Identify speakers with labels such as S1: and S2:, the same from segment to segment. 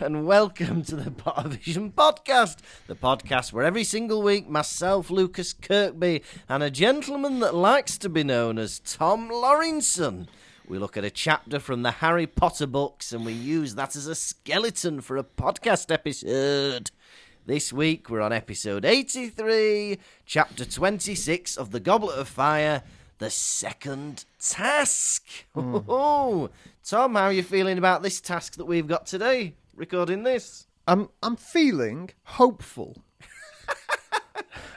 S1: and welcome to the Pottervision podcast, the podcast where every single week myself, Lucas Kirkby, and a gentleman that likes to be known as Tom Laurinson, we look at a chapter from the Harry Potter books and we use that as a skeleton for a podcast episode. This week we're on episode 83, chapter 26 of The Goblet of Fire, the second task.
S2: Hmm.
S1: Oh, Tom, how are you feeling about this task that we've got today? Recording this.
S2: I'm I'm feeling hopeful.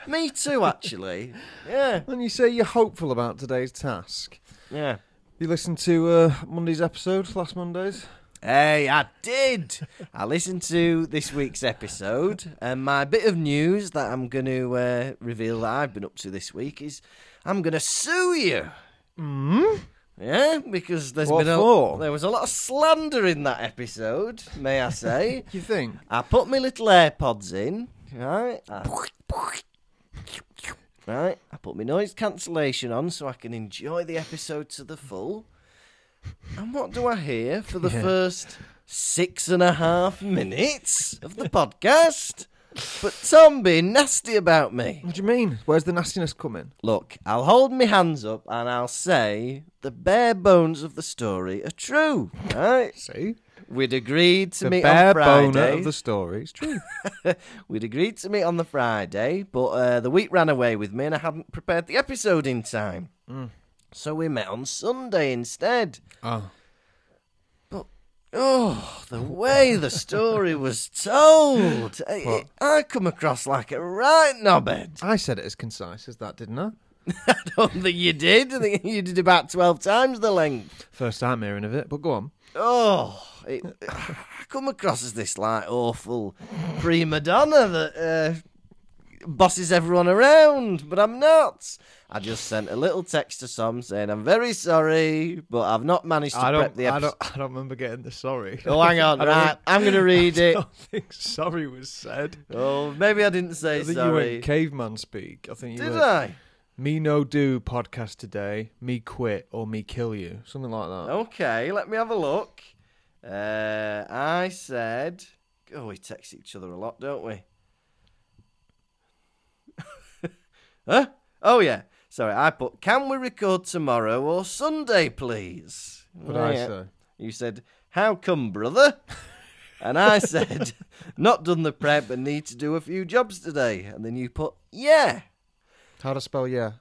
S1: Me too, actually. yeah,
S2: When you say you're hopeful about today's task,
S1: yeah.
S2: you listened to uh, Monday's episode, last Monday's.
S1: Hey, I did. I listened to this week's episode, and my bit of news that I'm going to uh, reveal that I've been up to this week is I'm going to sue you.
S2: Hmm?
S1: Mm? Yeah, because there's
S2: What
S1: been a,
S2: for?
S1: there was a lot of slander in that episode, may I say.
S2: You think?
S1: I put my little AirPods in, right? I- right, I put my noise cancellation on so I can enjoy the episode to the full. And what do I hear for the first six and a half minutes of the podcast? But Tom being nasty about me.
S2: What do you mean? Where's the nastiness coming?
S1: Look, I'll hold my hands up and I'll say the bare bones of the story are true. Right?
S2: See,
S1: We'd agreed to
S2: the
S1: meet
S2: bare
S1: on Friday.
S2: boner of the story is true.
S1: We'd agreed to meet on the Friday, but uh, the week ran away with me and I hadn't prepared the episode in time. So we met on Sunday instead.
S2: oh,
S1: Oh, the way the story was told. I- I come across like a right knobhead.
S2: I said it as concise as that, didn't I?
S1: I don't think you did. I think you did about 12 times the length.
S2: First time hearing of it, but go on.
S1: Oh, it, I come across as this like awful prima donna that uh, bosses everyone around, but I'm not. I just sent a little text to some saying I'm very sorry, but I've not managed to prep the episode.
S2: I don't remember getting the sorry.
S1: Oh, hang on,
S2: I don't
S1: right?
S2: think-
S1: I'm going to read it.
S2: think sorry was said.
S1: Oh, maybe I didn't say
S2: I think you
S1: sorry.
S2: went caveman speak. I think you
S1: Did
S2: went,
S1: I?
S2: Me no do podcast today. Me quit or me kill you. Something like that.
S1: Oh, Okay, let me have a look. Uh, I said, oh, we text each other a lot, don't we? huh? Oh, yeah. Sorry, I put, can we record tomorrow or Sunday, please?
S2: What did
S1: Oh,
S2: I
S1: yeah.
S2: say?
S1: You said, how come, brother? And I said, not done the prep and need to do a few jobs today. And then you put, yeah.
S2: How to spell yeah?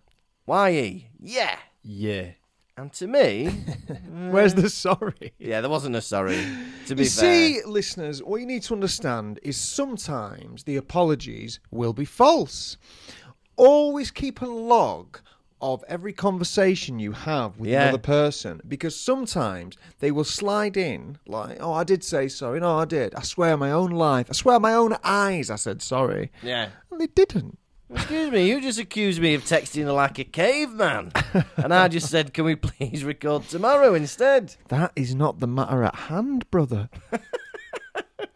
S1: Y-E, yeah.
S2: Yeah.
S1: And to me,
S2: Where's the sorry?
S1: yeah, there wasn't a sorry, to be
S2: You
S1: fair.
S2: see, listeners, what you need to understand is sometimes the apologies will be false. Always keep a log of every conversation you have with
S1: Yeah.
S2: another person because sometimes they will slide in like, oh, I did say sorry. No, I did. I swear on my own life. I swear on my own eyes I said sorry.
S1: Yeah.
S2: And they didn't.
S1: Excuse me, you just accused me of texting like a caveman. and I just said, can we please record tomorrow instead?
S2: That is not the matter at hand, brother.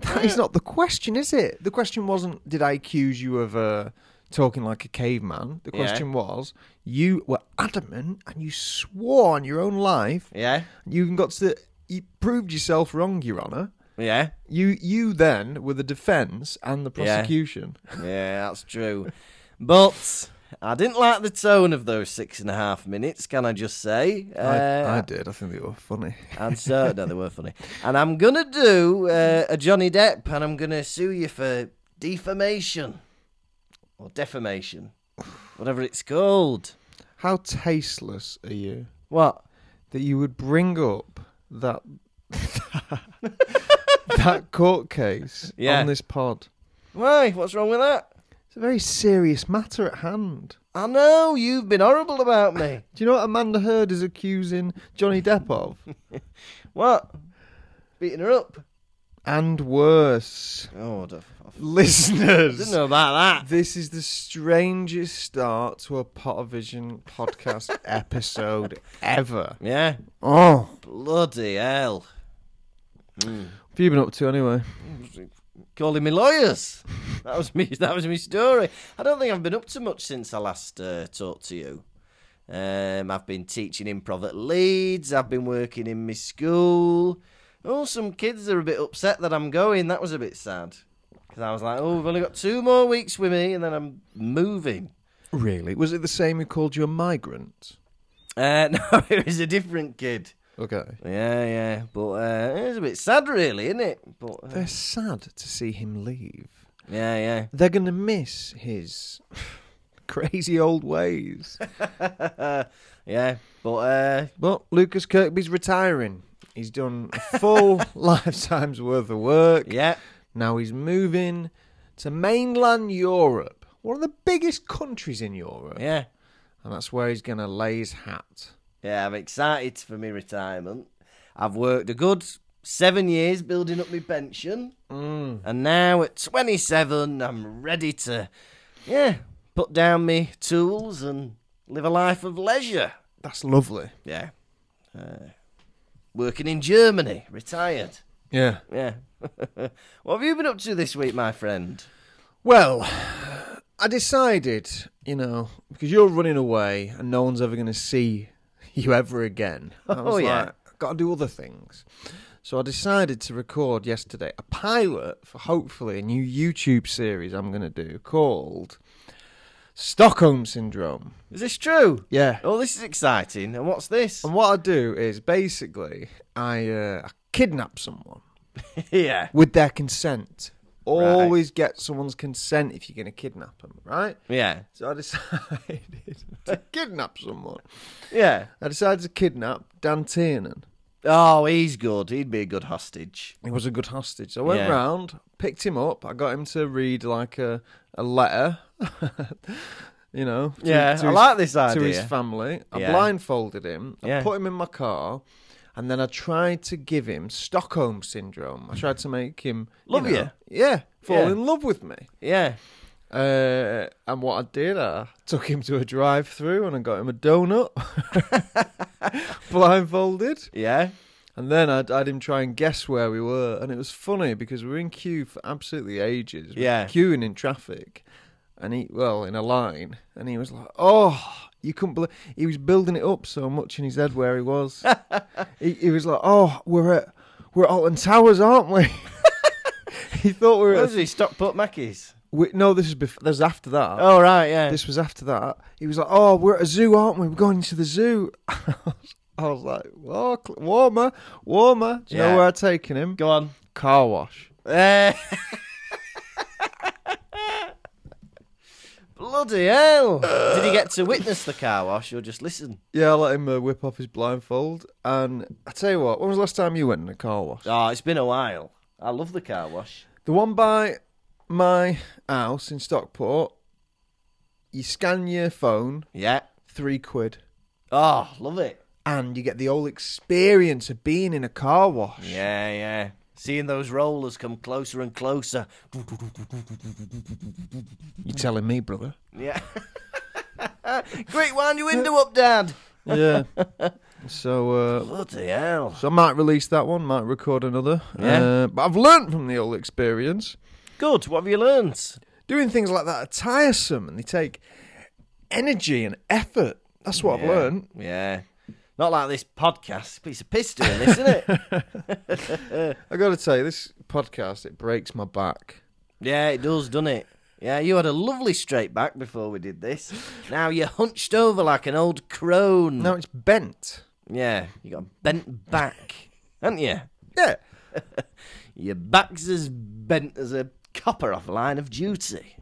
S2: that is not the question, is it? The question wasn't, did I accuse you of uh, talking like a caveman? The
S1: Yeah.
S2: question was, you were adamant and you swore on your own life.
S1: Yeah.
S2: You even got to, you proved yourself wrong, Your Honour.
S1: Yeah.
S2: You, you then were the defence and the
S1: Yeah.
S2: prosecution.
S1: Yeah, that's true. But I didn't like the tone of those six and a half minutes, can I just say?
S2: I, I
S1: Uh,
S2: did. I think they were funny.
S1: and so, no, they were funny. And I'm going to do uh, a Johnny Depp and I'm going to sue you for defamation or defamation, whatever it's called.
S2: How tasteless are you?
S1: What?
S2: that you would bring up that that court case
S1: Yeah.
S2: on this pod.
S1: Why? What's wrong with that?
S2: It's a very serious matter at hand.
S1: I know, you've been horrible about me.
S2: Do you know what Amanda Heard is accusing Johnny Depp of?
S1: What? Beating her up?
S2: and worse,
S1: Oh, I don't- I
S2: listeners.
S1: didn't know about that.
S2: This is the strangest start to a Pottervision podcast episode ever.
S1: Yeah,
S2: Oh,
S1: bloody hell.
S2: what have you been up to anyway?
S1: Calling me lawyers. That was me. That was my story. I don't think I've been up to much since I last uh, talked to you. Um, I've been teaching improv at Leeds. I've been working in my school. oh, some kids are a bit upset that I'm going. That was a bit sad. Because I was like, oh, we've only got two more weeks with me, and then I'm moving.
S2: Really? Was it the same who called you a migrant?
S1: Uh, no, it was a different kid.
S2: Okay.
S1: Yeah, yeah. But uh, it was a bit sad, really, isn't it? But uh,
S2: They're sad to see him leave.
S1: yeah, yeah.
S2: They're going to miss his crazy old ways.
S1: yeah, but uh,
S2: But Lucas Kirkby's retiring. He's done a full lifetime's worth of work.
S1: yeah,
S2: Now he's moving to mainland Europe, one of the biggest countries in Europe.
S1: yeah,
S2: And that's where he's going to lay his hat.
S1: yeah. I'm excited for my retirement. I've worked a good seven years building up my pension,
S2: Mm.
S1: and now at 27, I'm ready to, yeah, put down my tools and live a life of leisure.
S2: That's lovely.
S1: Yeah, uh, working in Germany, retired.
S2: Yeah.
S1: Yeah. what have you been up to this week, my friend?
S2: Well, I decided, you know, because you're running away and no one's ever going to see you ever again. I was
S1: Oh, yeah.
S2: Like, I've got to do other things. So I decided to record yesterday a pilot for hopefully a new YouTube series I'm going to do called Stockholm Syndrome.
S1: Is this true?
S2: Yeah.
S1: Oh, this is exciting. And what's this?
S2: And what I do is basically I, uh, I kidnap someone
S1: yeah.
S2: with their consent.
S1: Right.
S2: Always get someone's consent if you're going to kidnap them, right?
S1: Yeah.
S2: So I decided to kidnap someone.
S1: Yeah.
S2: I decided to kidnap Dan Tiernan.
S1: Oh, he's good. He'd be a good hostage.
S2: He was a good hostage. So I went
S1: Yeah.
S2: round, picked him up. I got him to read like a, a letter, you know. to-
S1: yeah,
S2: to
S1: I
S2: his-
S1: like this idea.
S2: to his family. I
S1: Yeah.
S2: blindfolded him. I
S1: Yeah.
S2: put him in my car, and then I tried to give him Stockholm syndrome. I tried to make him you
S1: Love
S2: know,
S1: you.
S2: yeah, fall
S1: Yeah.
S2: in love with me.
S1: yeah.
S2: Uh, and what I did, I took him to a drive-through and I got him a donut, blindfolded,
S1: Yeah.
S2: and then I had him try and guess where we were. And it was funny because we were in queue for absolutely ages. We were
S1: Yeah.
S2: queuing in traffic, and he well in a line, and he was like, "Oh, you couldn't believe." He was building it up so much in his head where he was. he, he was like, "Oh, we're at we're at Alton Towers, aren't we?" he thought we were.
S1: Where
S2: At
S1: was he? Stockport Mackey's.
S2: we, no, this is before. This is after that.
S1: Oh, right, yeah.
S2: Uh, This was after that. He was like, "Oh, we're at a zoo, aren't we? We're going to the zoo." I was like, "Oh, cl- warmer, warmer." Do you
S1: Yeah.
S2: know where I've taken him?
S1: Go on.
S2: Car wash.
S1: Eh. Bloody hell. Did he get to witness the car wash or just listen?
S2: Yeah, I let him uh, whip off his blindfold. And I tell you what, when was the last time you went in a car wash?
S1: Oh, it's been a while. I love the car wash.
S2: The one by my house in Stockport. You scan your phone,
S1: Yeah.
S2: three quid,
S1: Oh, love it.
S2: and you get the whole experience of being in a car wash.
S1: Yeah, yeah. Seeing those rollers come closer and closer.
S2: You telling me, brother?
S1: Yeah. Quick, wind your window up, Dad.
S2: yeah. So uh,
S1: Bloody hell.
S2: So I might release that one, might record another.
S1: Yeah.
S2: Uh, but I've learnt from the whole experience.
S1: Good. What have you learnt?
S2: Doing things like that are tiresome and they take energy and effort. That's what I've
S1: Yeah,
S2: learnt.
S1: Yeah. Not like this podcast. Piece of piss doing this, isn't it?
S2: i got to tell you, this podcast, it breaks my back.
S1: yeah, it does, doesn't it? Yeah, you had a lovely straight back before we did this. Now you're hunched over like an old crone.
S2: Now it's bent.
S1: Yeah, you got a bent back, haven't you?
S2: Yeah.
S1: Your back's as bent as a copper off line of duty.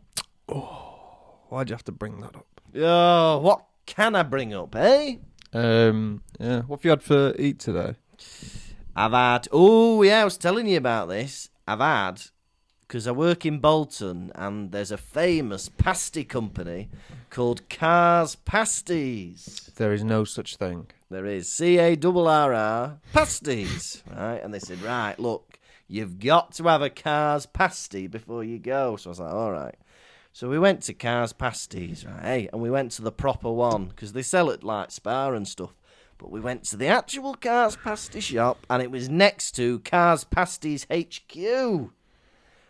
S2: Why'd you have to bring that up?
S1: Oh, what can I bring up, eh?
S2: Um, yeah. What have you had for eat today?
S1: I've had. Oh, yeah, I was telling you about this. I've had. Because I work in Bolton and there's a famous pasty company called Cars Pasties.
S2: There is no such thing.
S1: There is C A R R R Pasties. right? And they said, right, look, you've got to have a Cars Pasty before you go. So I was like, all right. So we went to Cars Pasties, right? eh, And we went to the proper one because they sell it like Spar and stuff. But we went to the actual Cars Pasty shop and it was next to Cars Pasties HQ.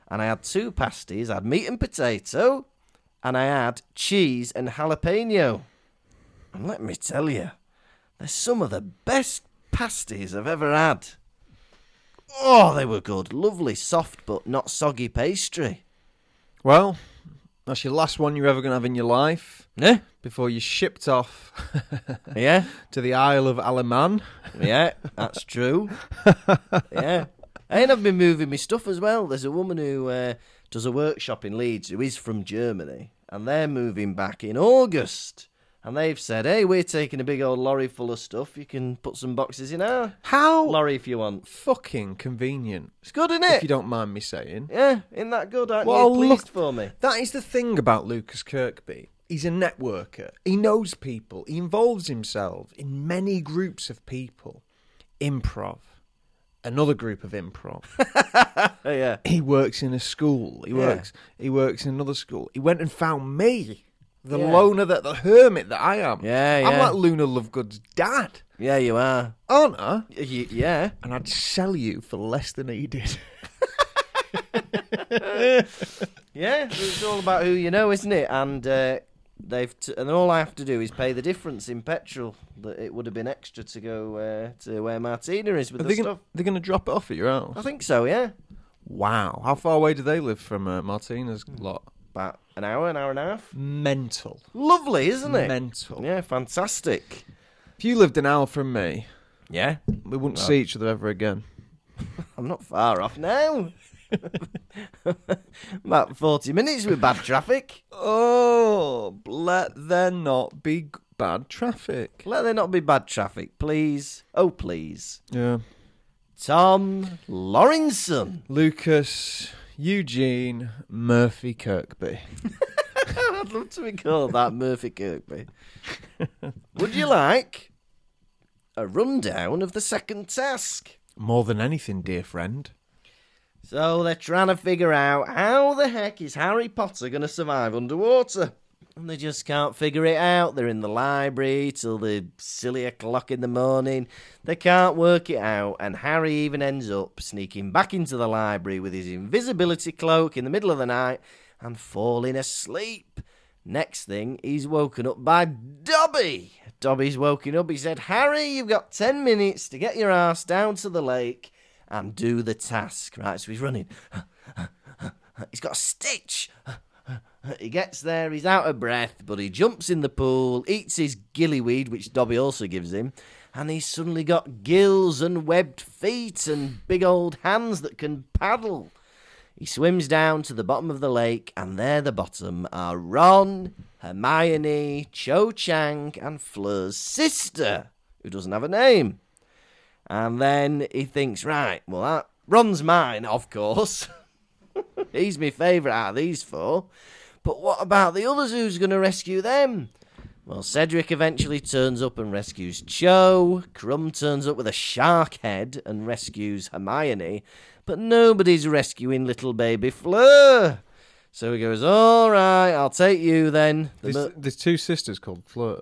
S1: And I had two pasties. I had meat and potato and I had cheese and jalapeno. And let me tell you, they're some of the best pasties I've ever had. Oh, they were good. Lovely, soft but not soggy pastry.
S2: Well, that's your last one you're ever going to have in your life
S1: Yeah,
S2: before you're shipped off
S1: yeah,
S2: to the Isle of Alaman.
S1: yeah. That's true. Yeah. And I've been moving my stuff as well. There's a woman who uh, does a workshop in Leeds who is from Germany, and they're moving back in August. And they've said, "Hey, we're taking a big old lorry full of stuff. You can put some boxes in our
S2: How
S1: lorry if you want.
S2: fucking convenient,
S1: It's good, isn't
S2: Oh. if
S1: it?
S2: you don't mind me saying.
S1: Yeah, isn't that good? Aren't
S2: Well,
S1: you pleased
S2: look-
S1: for me?
S2: That is the thing about Lucas Kirkby. He's a networker. He knows people. He involves himself in many groups of people. Improv. Another group of improv.
S1: Oh, yeah.
S2: he works in a school. He
S1: Yeah.
S2: works he works in another school. He went and found me. The
S1: Yeah.
S2: loner that the hermit that I am.
S1: Yeah,
S2: I'm
S1: yeah.
S2: like Luna Lovegood's dad,
S1: Yeah, you are.
S2: aren't I?
S1: Y- yeah.
S2: And I'd sell you for less than he did.
S1: Yeah, it's all about who you know, isn't it? And uh, they've t- and all I have to do is pay the difference in petrol that it would have been extra to go uh, to where Martina is with
S2: Are
S1: the
S2: they
S1: stuff.
S2: gonna, they're gonna drop it off at your house.
S1: I think so. Yeah,
S2: Wow. How far away do they live from uh, Martina's lot?
S1: about an hour, an hour and a half.
S2: Mental.
S1: Lovely, isn't it?
S2: Mental.
S1: Yeah, fantastic.
S2: If you lived an hour from me,
S1: Yeah,
S2: we wouldn't see each other ever again.
S1: I'm not far off now. about forty minutes with bad traffic.
S2: Oh, let there not be g- bad traffic.
S1: Let there not be bad traffic, please. Oh, please.
S2: Yeah.
S1: Tom Laurinson.
S2: Lucas Eugene Murphy Kirkby.
S1: I'd love to be called that Murphy Kirkby. Would you like a rundown of the second task?
S2: More than anything, dear friend.
S1: So they're trying to figure out how the heck is Harry Potter going to survive underwater? And they just can't figure it out. They're in the library till the silly o'clock in the morning. They can't work it out, and Harry even ends up sneaking back into the library with his invisibility cloak in the middle of the night and falling asleep. Next thing, he's woken up by Dobby. Dobby's woken up. He said, Harry, you've got 10 minutes to get your ass down to the lake and um, do the task. Right, so he's running. He's got a stitch. He gets there, he's out of breath, but he jumps in the pool, eats his gillyweed, which Dobby also gives him, and he's suddenly got gills and webbed feet and big old hands that can paddle. He swims down to the bottom of the lake, and there the bottom are Ron, Hermione, Cho Chang, and Fleur's sister, who doesn't have a name. And then he thinks, right, well, that Ron's mine, of course. He's my favourite out of these four. But what about the others? Who's going to rescue them? Well, Cedric eventually turns up and rescues Cho. Crumb turns up with a shark head and rescues Hermione. But nobody's rescuing little baby Fleur. So he goes, all right, I'll take you then. The
S2: There's,
S1: mo-
S2: there's two sisters called Fleur.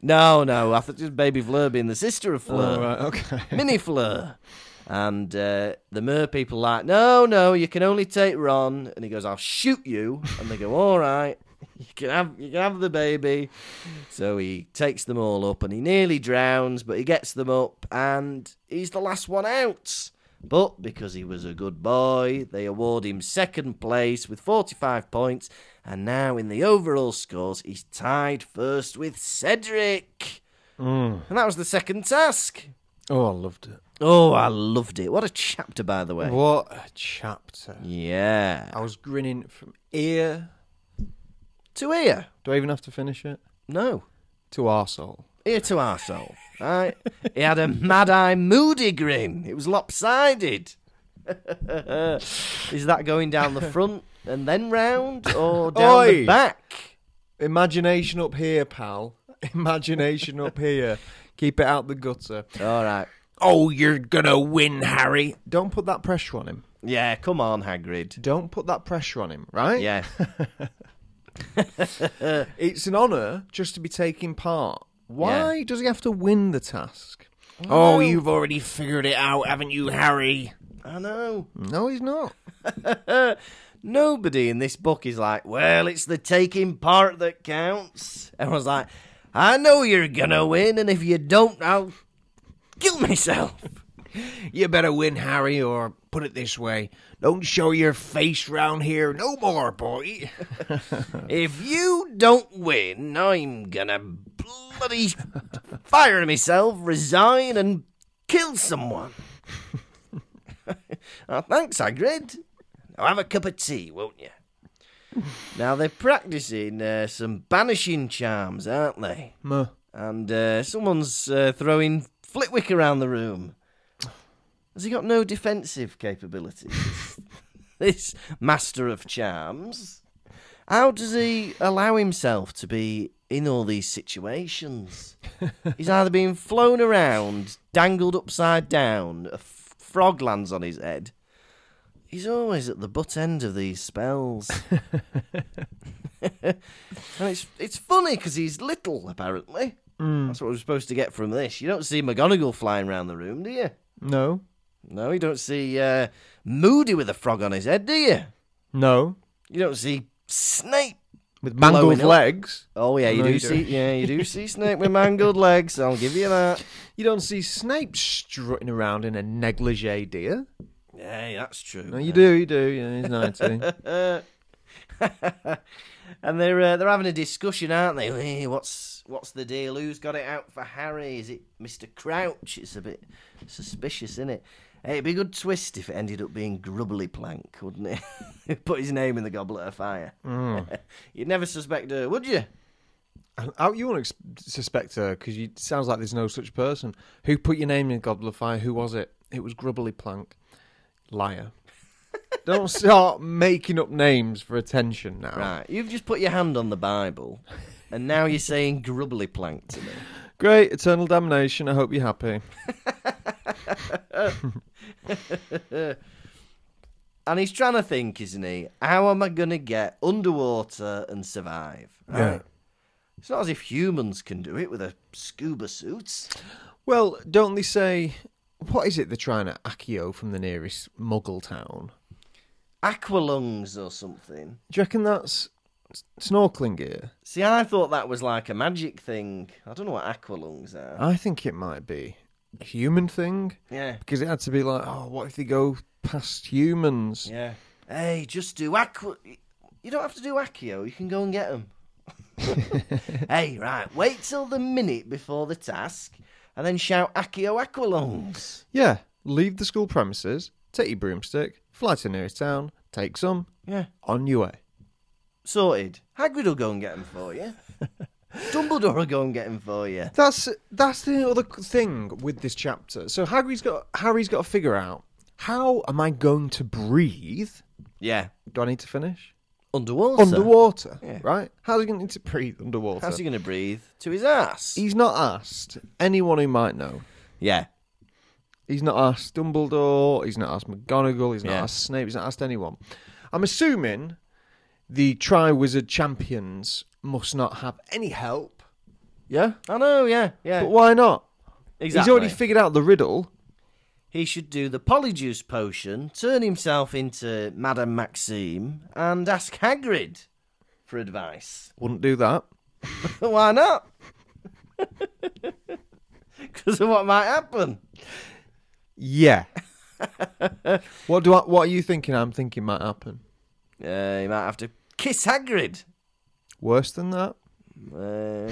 S1: no, no, I thought just baby Fleur being the sister of Fleur.
S2: Oh, right, okay.
S1: Mini Fleur. And uh, the mer people like, no, no, you can only take Ron. And he goes, I'll shoot you. And they go, all right, you can have, you can have the baby. So he takes them all up, and he nearly drowns, but he gets them up, and he's the last one out. But because he was a good boy, they award him second place with 45 points, and now in the overall scores, he's tied first with Cedric. And that was the second task.
S2: Oh, I loved it.
S1: Oh, I loved it. What a chapter, by the way.
S2: What a chapter.
S1: Yeah.
S2: I was grinning from ear.
S1: To ear?
S2: Do I even have to finish it?
S1: No.
S2: To arsehole.
S1: Ear to arsehole. Right? he had a mad eye moody grin. It was lopsided. Is that going down the front and then round or down the
S2: Oi.
S1: back?
S2: Imagination up here, pal. Imagination up here. Keep it out the gutter.
S1: All right.
S2: Oh, you're gonna win, Harry. Don't put that pressure on him.
S1: Yeah, come on, Hagrid.
S2: Don't put that pressure on him, right?
S1: Yeah.
S2: It's an honour just to be taking part. Why does he have to win the task? Oh, you've already figured it out, haven't you, Harry?
S1: I know.
S2: No, he's not.
S1: Nobody in this book is like, well, it's the taking part that counts. Everyone's like, I know you're gonna win, and if you don't, I'll kill myself.
S3: You better win, Harry, or put it this way don't show your face round here no more, boy.
S1: If you don't win, I'm gonna bloody fire myself, resign, and kill someone. oh, thanks, Hagrid. Now have a cup of tea, won't you? Now they're practicing uh, some banishing charms, aren't they?
S2: Muh.
S1: And uh, someone's uh, throwing Flitwick around the room. Has he got no defensive capabilities? this master of charms. How does he allow himself to be in all these situations? He's either being flown around, dangled upside down, a f- frog lands on his head. He's always at the butt end of these spells. and it's it's funny because he's little, apparently.
S2: Hmm.
S1: That's what we're supposed to get from this. You don't see McGonagall flying round the room, do you?
S2: No.
S1: No, you don't see uh, Moody with a frog on his head, do you?
S2: No.
S1: You don't see Snape
S2: With
S1: Blowing
S2: mangled
S1: up.
S2: legs.
S1: Oh yeah, you
S2: No,
S1: do
S2: you
S1: see.
S2: don't.
S1: Yeah, you do see Snape with mangled legs. I'll give you that.
S2: You don't see Snape strutting around in a negligee, do you?
S1: Yeah, that's true.
S2: No, you do, you do. Yeah, he's 19.
S1: And they're uh, they're having a discussion, aren't they? Hey, what's what's the deal? Who's got it out for Harry? Is it Mr. Crouch? It's a bit suspicious, isn't it? Hey, it'd be a good twist if it ended up being Grubbly Plank, wouldn't it? Put his name in the goblet of fire. You'd never suspect her, would you?
S2: How you want to suspect her? Because it sounds like there's no such person. Who put your name in Goblet of Fire? Who was it? It was Grubbly Plank. Liar. don't start making up names for attention now.
S1: Right, you've just put your hand on the Bible, and now you're saying Grubbly Plank to me.
S2: Great, eternal damnation. I hope you're happy.
S1: And he's trying to think, isn't he? How am I going to get underwater and survive?
S2: Yeah.
S1: It's not as if humans can do it with a scuba suit.
S2: Well, don't they say what is it they're trying to accio from the nearest Muggle town?
S1: Aqualungs or something.
S2: Do you reckon that's s- snorkeling gear?
S1: See, I thought that was like a magic thing. I don't know what aqualungs are.
S2: I think it might be a human thing
S1: Yeah,
S2: because it had to be like, oh, what if they go past humans?
S1: yeah. Hey, just do aqua. You don't have to do accio. You can go and get them. hey, right. Wait till the minute before the task, and then shout accio aqualungs.
S2: Yeah, leave the school premises, take your broomstick, fly to the nearest town, take some,
S1: Yeah.
S2: on your way.
S1: sorted. Hagrid will go and get him for you. Dumbledore will go and get him for you.
S2: That's that's the other c- thing with this chapter. So Hagrid's got Harry's got to figure out how am I going to breathe?
S1: Yeah.
S2: Do I need to finish
S1: Underwater.
S2: underwater?
S1: Yeah.
S2: Right? How's he going to need to breathe underwater?
S1: How's he going to breathe? To his ass.
S2: He's not asked anyone who might know.
S1: Yeah.
S2: He's not asked Dumbledore. He's not asked McGonagall. He's not
S1: Yeah.
S2: asked Snape. He's not asked anyone. I'm assuming the Triwizard champions must not have any help. Yeah,
S1: I know, yeah. Yeah.
S2: but why not?
S1: exactly.
S2: He's already figured out the riddle.
S1: he should do the polyjuice potion, turn himself into Madame Maxime, and ask Hagrid for advice.
S2: Wouldn't do that.
S1: Why not? Because of what might happen.
S2: Yeah. what do I? What are you thinking? I'm thinking might happen.
S1: Uh, he might have to kiss Hagrid.
S2: Worse than that.
S1: Uh,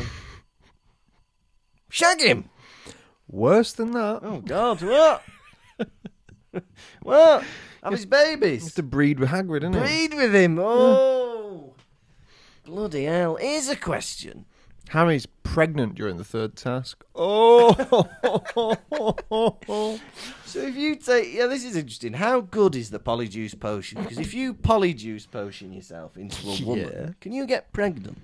S1: shag him.
S2: Worse than that.
S1: Oh God, what? what? Have his
S2: It's
S1: babies.
S2: to breed with Hagrid, isn't it?
S1: Breed with him. Oh, bloody hell! Here's a question.
S2: Harry's pregnant during the third task. Oh.
S1: So if you take, yeah, this is interesting. How good is the polyjuice potion? Because if you polyjuice potion yourself into a woman,
S2: Yeah.
S1: can you get pregnant?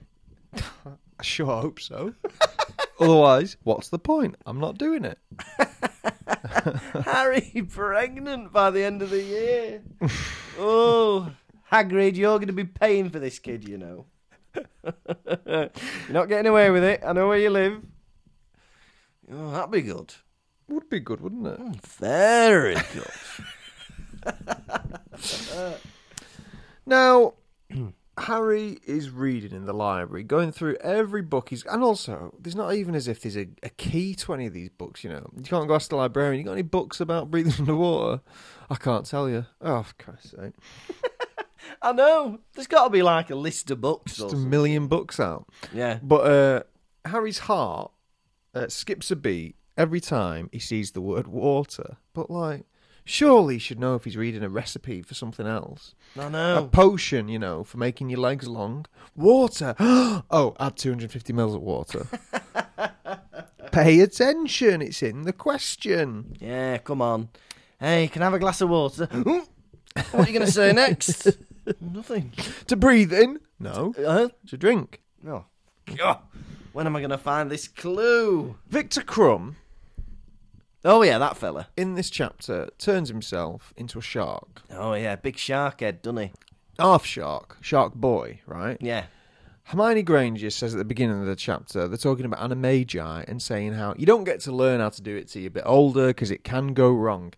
S2: I sure hope so. Otherwise, what's the point? I'm not doing it.
S1: Harry pregnant by the end of the year. oh, Hagrid, you're going to be paying for this kid, you know. you're not getting away with it. I know where you live. Oh, that'd be good.
S2: Would be good, wouldn't it?
S1: Very good.
S2: Now, Harry is reading in the library, going through every book he's. And also, there's not even as if there's a, a key to any of these books, you know. You can't go ask the librarian, you got any books about breathing underwater? I can't tell you. Oh, for Christ's sake.
S1: I know. There's got to be like a list of books. Or
S2: Just a
S1: something.
S2: million books out.
S1: Yeah.
S2: But uh, Harry's heart uh, skips a beat every time he sees the word water. But, like, surely he should know if he's reading a recipe for something else.
S1: I
S2: A
S1: know.
S2: potion, you know, for making your legs long. Water. oh, add 250 mils of water. Pay attention. It's in the question.
S1: Yeah, come on. Hey, can I have a glass of water? what are you going to say next? Nothing.
S2: To breathe in? No.
S1: Uh,
S2: To drink.
S1: no. God. Ah. When am I going to find this clue?
S2: Victor Crumb,
S1: Oh, yeah, that fella.
S2: in this chapter, turns himself into a shark.
S1: Oh, yeah, big shark head, doesn't he?
S2: Half shark. Shark boy, right?
S1: Yeah.
S2: Hermione Granger says at the beginning of the chapter, they're talking about animagi and saying how you don't get to learn how to do it till you're a bit older because it can go wrong.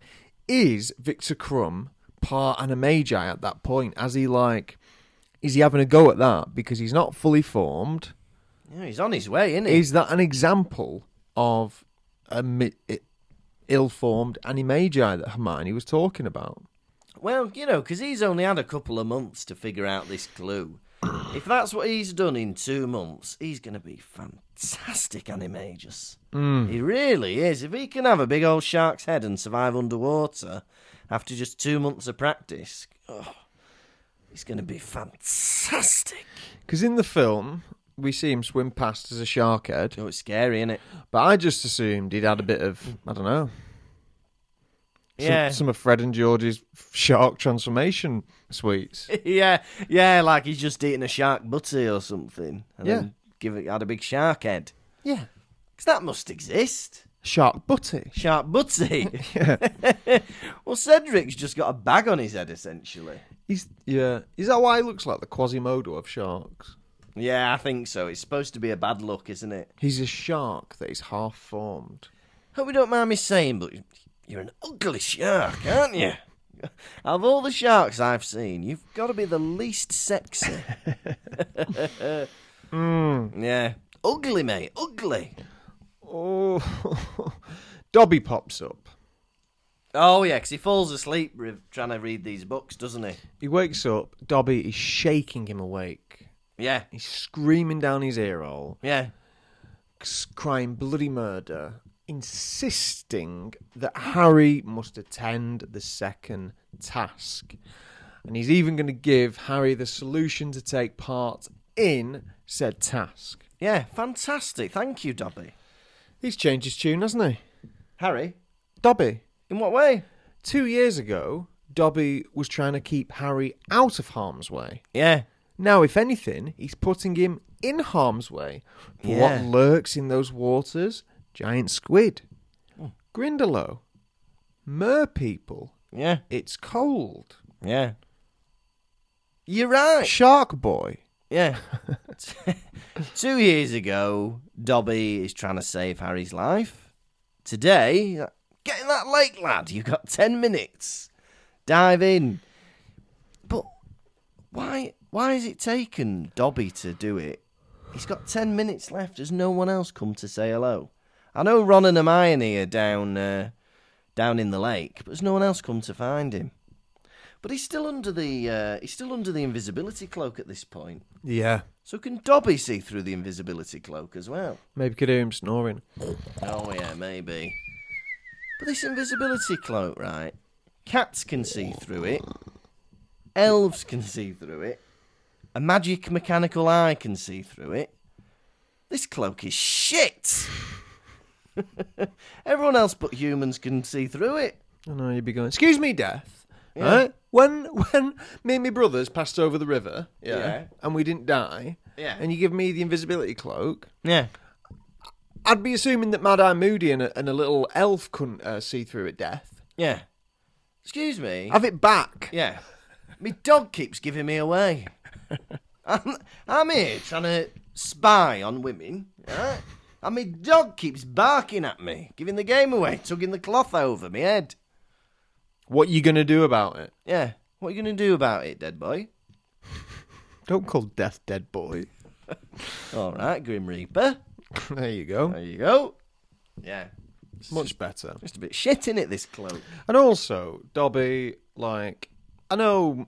S2: Is Victor Crumb part animagi at that point? As he like, is he having a go at that because he's not fully formed?
S1: yeah he's on his way, isn't he?
S2: Is that an example of a mi- i- ill-formed animagi that Hermione was talking about?
S1: Well, you know, because he's only had a couple of months to figure out this clue. if that's what he's done in two months, he's going to be fantastic animagus. He really is. If he can have a big old shark's head and survive underwater after just two months of practice, oh, he's going to be fantastic.
S2: Because in the film, we see him swim past as a shark head.
S1: Oh, it's scary, isn't it?
S2: But I just assumed he'd had a bit of I don't know.
S1: Yeah.
S2: Some, some of Fred and George's shark transformation sweets.
S1: yeah, yeah, like he's just eating a shark butty or something. And
S2: Yeah.
S1: then give it, had a big shark head.
S2: Yeah.
S1: 'Cause that must exist.
S2: Shark butty.
S1: Sharp butty. well, Cedric's just got a bag on his head, essentially.
S2: He's yeah. Is that why he looks like the Quasimodo of sharks?
S1: Yeah, I think so. It's supposed to be a bad look, isn't it?
S2: He's a shark that is half formed.
S1: Hope you don't mind me saying, but you're an ugly shark, aren't you? Of all the sharks I've seen, you've got to be the least sexy. Yeah. Ugly, mate. Ugly.
S2: Oh Dobby pops up.
S1: Oh, yeah, 'cause he falls asleep re- trying to read these books, doesn't he?
S2: He wakes up, Dobby is shaking him awake.
S1: Yeah.
S2: He's screaming down his ear hole.
S1: Yeah.
S2: c- crying bloody murder, insisting that Harry must attend the second task. And he's even going to give Harry the solution to take part in said task.
S1: Yeah. Fantastic. Thank you, Dobby.
S2: He's changed his tune, hasn't he?
S1: Harry?
S2: Dobby.
S1: In what way?
S2: Two years ago, Dobby was trying to keep Harry out of harm's way.
S1: Yeah.
S2: Now, if anything, he's putting him in harm's way. For
S1: Yeah.
S2: what lurks in those waters? Giant squid,
S1: Hmm.
S2: Grindelow, merpeople.
S1: Yeah.
S2: It's cold.
S1: Yeah. You're right.
S2: Shark boy.
S1: Yeah. Two years ago, Dobby is trying to save Harry's life. Today, get in that lake, lad. You've got 10 minutes. Dive in. But why why has it taken Dobby to do it? He's got 10 minutes left. Has no one else come to say hello? I know Ron and Hermione are down, uh, down in the lake, but has no one else come to find him? But he's still under the uh, he's still under the invisibility cloak at this point.
S2: Yeah.
S1: So can Dobby see through the invisibility cloak as well?
S2: Maybe could hear him snoring.
S1: Oh yeah, maybe. But this invisibility cloak, right? Cats can see through it. Elves can see through it. A magic mechanical eye can see through it. This cloak is shit. Everyone else but humans can see through it.
S2: I know you'd be going. Excuse me, death.
S1: Yeah.
S2: Right? When when me and my brothers passed over the river, yeah,
S1: Yeah.
S2: and we didn't die,
S1: Yeah.
S2: and you give me the invisibility cloak,
S1: Yeah.
S2: I'd be assuming that Mad Eye Moody and a, and a little elf couldn't uh, see through at death.
S1: Yeah. Excuse me.
S2: Have it back.
S1: Yeah. My dog keeps giving me away. I'm, I'm here trying to spy on women, right? And my dog keeps barking at me, giving the game away, tugging the cloth over my head.
S2: What you gonna do about it?
S1: Yeah. What are you going to do about it, dead boy?
S2: Don't call Death Dead Boy.
S1: All right, Grim Reaper.
S2: there you go.
S1: There you go. Yeah.
S2: Much better.
S1: Just a bit shit in it, this cloak.
S2: And also, Dobby, like, I know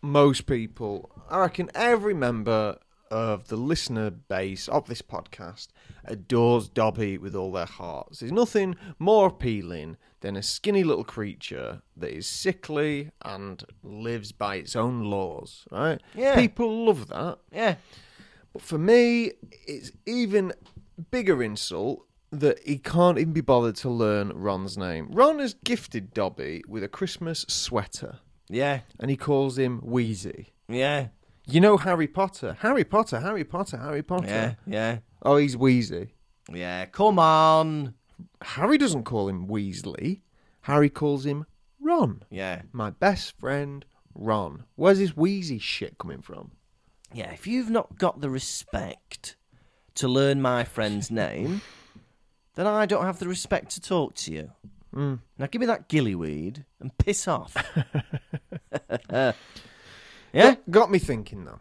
S2: most people, I reckon every member of the listener base of this podcast adores Dobby with all their hearts. There's nothing more appealing than a skinny little creature that is sickly and lives by its own laws, right?
S1: Yeah.
S2: People love that.
S1: Yeah.
S2: But for me, it's even bigger insult that he can't even be bothered to learn Ron's name. Ron has gifted Dobby with a Christmas sweater,
S1: Yeah.
S2: and he calls him Wheezy.
S1: Yeah.
S2: You know Harry Potter, Harry Potter, Harry Potter, Harry Potter.
S1: Yeah. Yeah.
S2: Oh, he's Wheezy.
S1: Yeah. Come on.
S2: Harry doesn't call him Weasley. Harry calls him Ron.
S1: Yeah.
S2: My best friend, Ron. Where's this Wheezy shit coming from?
S1: Yeah. If you've not got the respect to learn my friend's name, then I don't have the respect to talk to you.
S2: Hmm.
S1: Now give me that gillyweed and piss off. yeah.
S2: Got- got me thinking though.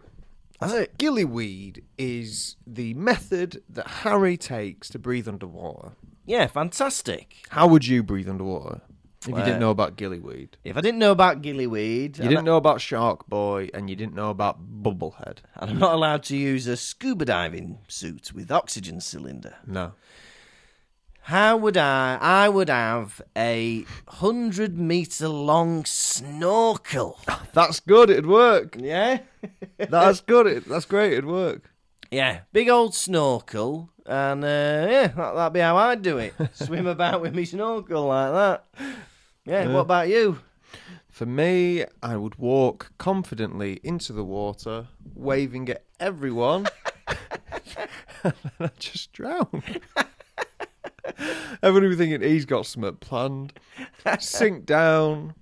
S2: I say gillyweed is the method that Harry takes to breathe underwater.
S1: Yeah. Fantastic.
S2: How would you breathe underwater if you
S1: Well-
S2: didn't know about gillyweed?
S1: If I didn't know about gillyweed,
S2: You didn't know about shark boy, and you didn't know about bubblehead.
S1: and I'm not allowed to use a scuba diving suit with oxygen cylinder.
S2: No,
S1: How would I? I would have a hundred meter long snorkel.
S2: that's good. It'd work.
S1: Yeah,
S2: That's good. It, that's great. It'd work.
S1: yeah, big old snorkel, and uh, yeah, that, that'd be how I'd do it. Swim about with me snorkel like that. Yeah. What about you?
S2: For me, I would walk confidently into the water, waving at everyone, and then I'd just drown. Everyone would be thinking he's got something planned. Sink down.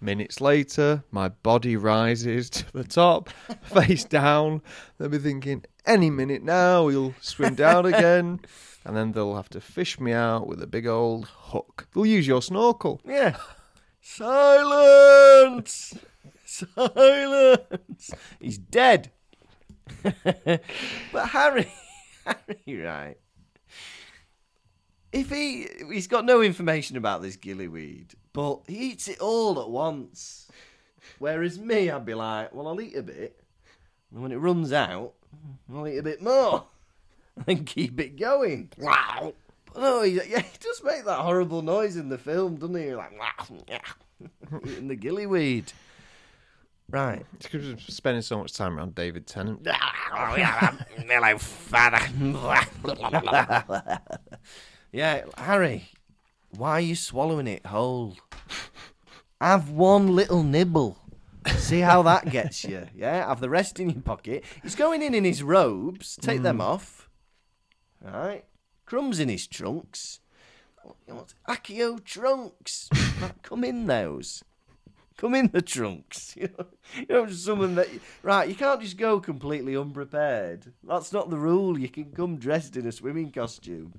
S2: Minutes later, my body rises to the top, face down. They'll be thinking, any minute now, he'll swim down again. And then they'll have to fish me out with a big old hook. They'll use your snorkel.
S1: Yeah. Silence. Silence. He's dead. but Harry, Harry, right? If he he's got no information about this gillyweed, but he eats it all at once. Whereas me, I'd be like, well, I'll eat a bit, and when it runs out, I'll eat a bit more, and keep it going.
S3: Wow.
S1: No, he, yeah, he does make that horrible noise in the film, doesn't he? Like, eating the gillyweed. Right.
S2: It's 'cause we're spending so much time around David Tennant.
S3: Hello, father.
S1: Yeah, Harry, why are you swallowing it whole? Have one little nibble. See how that gets you. Yeah, have the rest in your pocket. He's going in in his robes. Take them off. All right. Crumbs in his trunks. You want Accio trunks. Right, Come in those. Come in the trunks. You know, you know just someone that right. You can't just go completely unprepared. That's not the rule. You can come dressed in a swimming costume.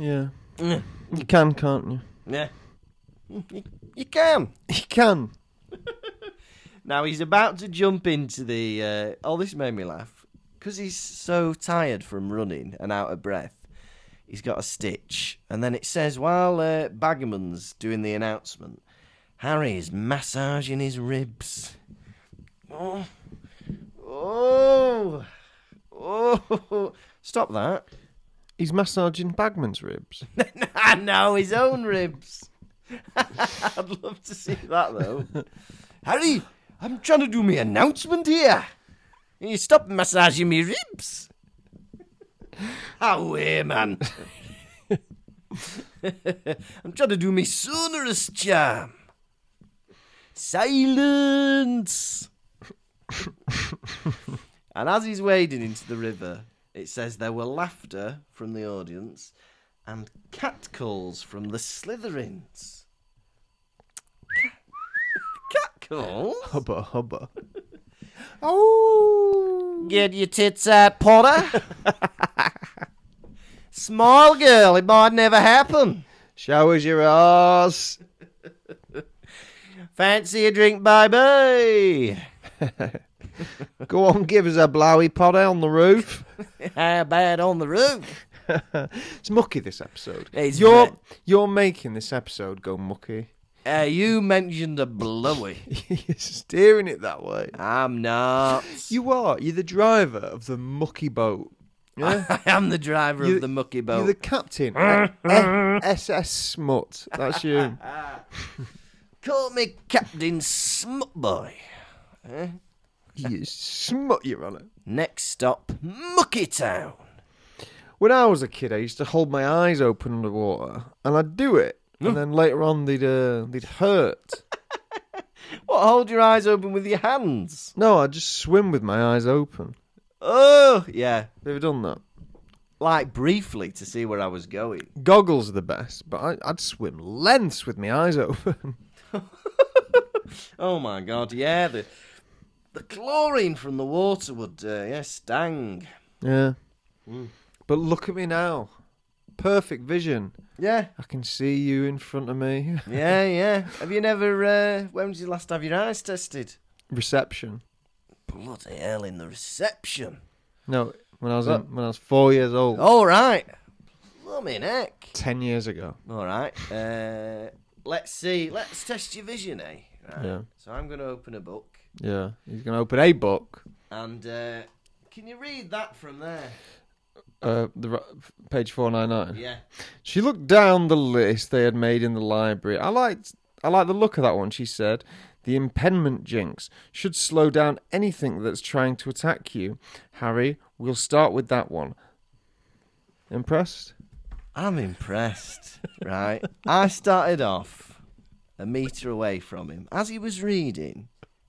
S2: Yeah. you can, can't you?
S1: Yeah. You, you can.
S2: You can.
S1: Now he's about to jump into the. Uh, oh, this made me laugh. Because he's so tired from running and out of breath, he's got a stitch. And then it says, while uh, Baggerman's doing the announcement, Harry is massaging his ribs. Oh. Oh. Oh. Stop that.
S2: He's massaging Bagman's ribs.
S1: no, his own ribs. I'd love to see that though. Harry, I'm trying to do my announcement here. Can you stop massaging me ribs? Away, man. I'm trying to do me sonorous charm. Silence. and as he's wading into the river, it says there were laughter from the audience and catcalls from the Slytherins. Catcalls?
S2: Hubba hubba.
S1: Get your tits out, Potter. Small girl, it might never happen.
S2: Showers your ass.
S1: Fancy a drink, baby.
S2: Go on, give us a blowy podder on the roof.
S1: How bad on the roof?
S2: It's mucky this episode.
S1: It's
S2: you're
S1: ve-
S2: you're making this episode go mucky.
S1: Uh, you mentioned a blowy.
S2: you're steering it that way.
S1: I'm not.
S2: You are. You're the driver of the mucky boat. Yeah?
S1: I am the driver
S2: You-
S1: of the mucky
S2: You're
S1: boat.
S2: the captain. Eh, eh, SS Smut. That's you.
S1: Call me Captain Smutboy.
S2: you smut, Your Honour.
S1: Next stop, Mucky Town.
S2: When I was a kid, I used to hold my eyes open underwater, and I'd do it, and then later on they'd uh, they'd hurt.
S1: What? Hold your eyes open with your hands.
S2: no, I'd just swim with my eyes open.
S1: Oh, yeah.
S2: Have you ever done that?
S1: Like briefly to see where I was going.
S2: Goggles are the best, but I, I'd swim lengths with my eyes open.
S1: Oh my god, yeah. The the chlorine from the water would, uh, yeah, stang.
S2: yeah. But look at me now. Perfect vision.
S1: Yeah,
S2: I can see you in front of me.
S1: yeah, yeah. Have you never? Uh, when was you last have your eyes tested?
S2: Reception.
S1: Bloody hell! In the reception.
S2: No, when I was in, when I was four years old,
S1: All right. Blooming heck.
S2: ten years ago.
S1: All right. Uh, let's see. Let's test your vision, eh? Right.
S2: Yeah.
S1: So I'm going to open a book,
S2: Yeah, he's gonna open a book.
S1: and uh, can you read that from there?
S2: Uh, the r- page four nine nine.
S1: Yeah.
S2: She looked down the list they had made in the library. I liked I liked the look of that one, she said. The impediment jinx should slow down anything that's trying to attack you. Harry, we'll start with that one. Impressed?
S1: I'm impressed, right? I started off a metre away from him. As he was reading,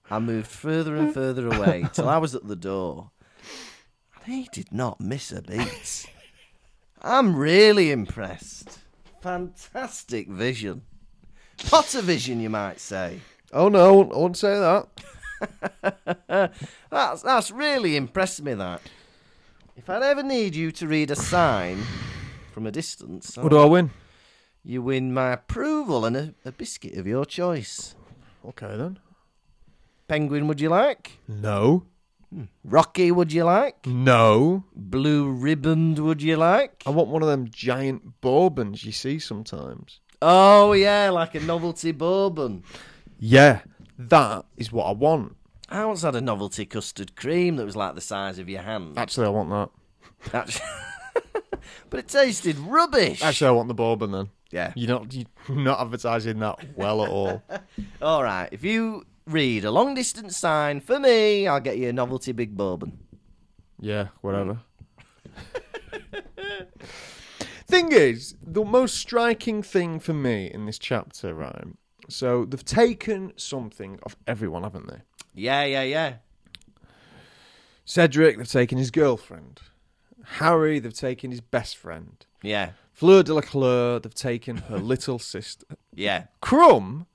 S1: I moved further and further away till I was at the door. And he did not miss a beat. I'm really impressed. Fantastic vision. Potter vision, you might say.
S2: Oh no, I won't- I won't say that.
S1: That's, that's really impressed me, that. If I'd ever need you to read a sign from a distance,
S2: What do I win?
S1: You win my approval and a, a biscuit of your choice.
S2: Okay then.
S1: Penguin, would you like?
S2: No.
S1: Rocky, would you like?
S2: No.
S1: Blue ribboned, would you like?
S2: I want one of them giant bourbons you see sometimes.
S1: Oh, yeah, like a novelty bourbon.
S2: Yeah, that is what I want.
S1: I once had a novelty custard cream that was like the size of your hand.
S2: Actually, I want that.
S1: Actu- but it tasted rubbish.
S2: Actually, I want the bourbon then.
S1: Yeah.
S2: You're not you're not advertising that well at all.
S1: All right, if you read a long distance sign for me, I'll get you a novelty big bourbon.
S2: Yeah, whatever. thing is, the most striking thing for me in this chapter, right? So they've taken something off everyone, haven't they?
S1: Yeah, yeah, yeah.
S2: Cedric, they've taken his girlfriend. Harry, they've taken his best friend.
S1: Yeah,
S2: Fleur de la Delacleur, they've taken her little sister.
S1: yeah.
S2: Crumb,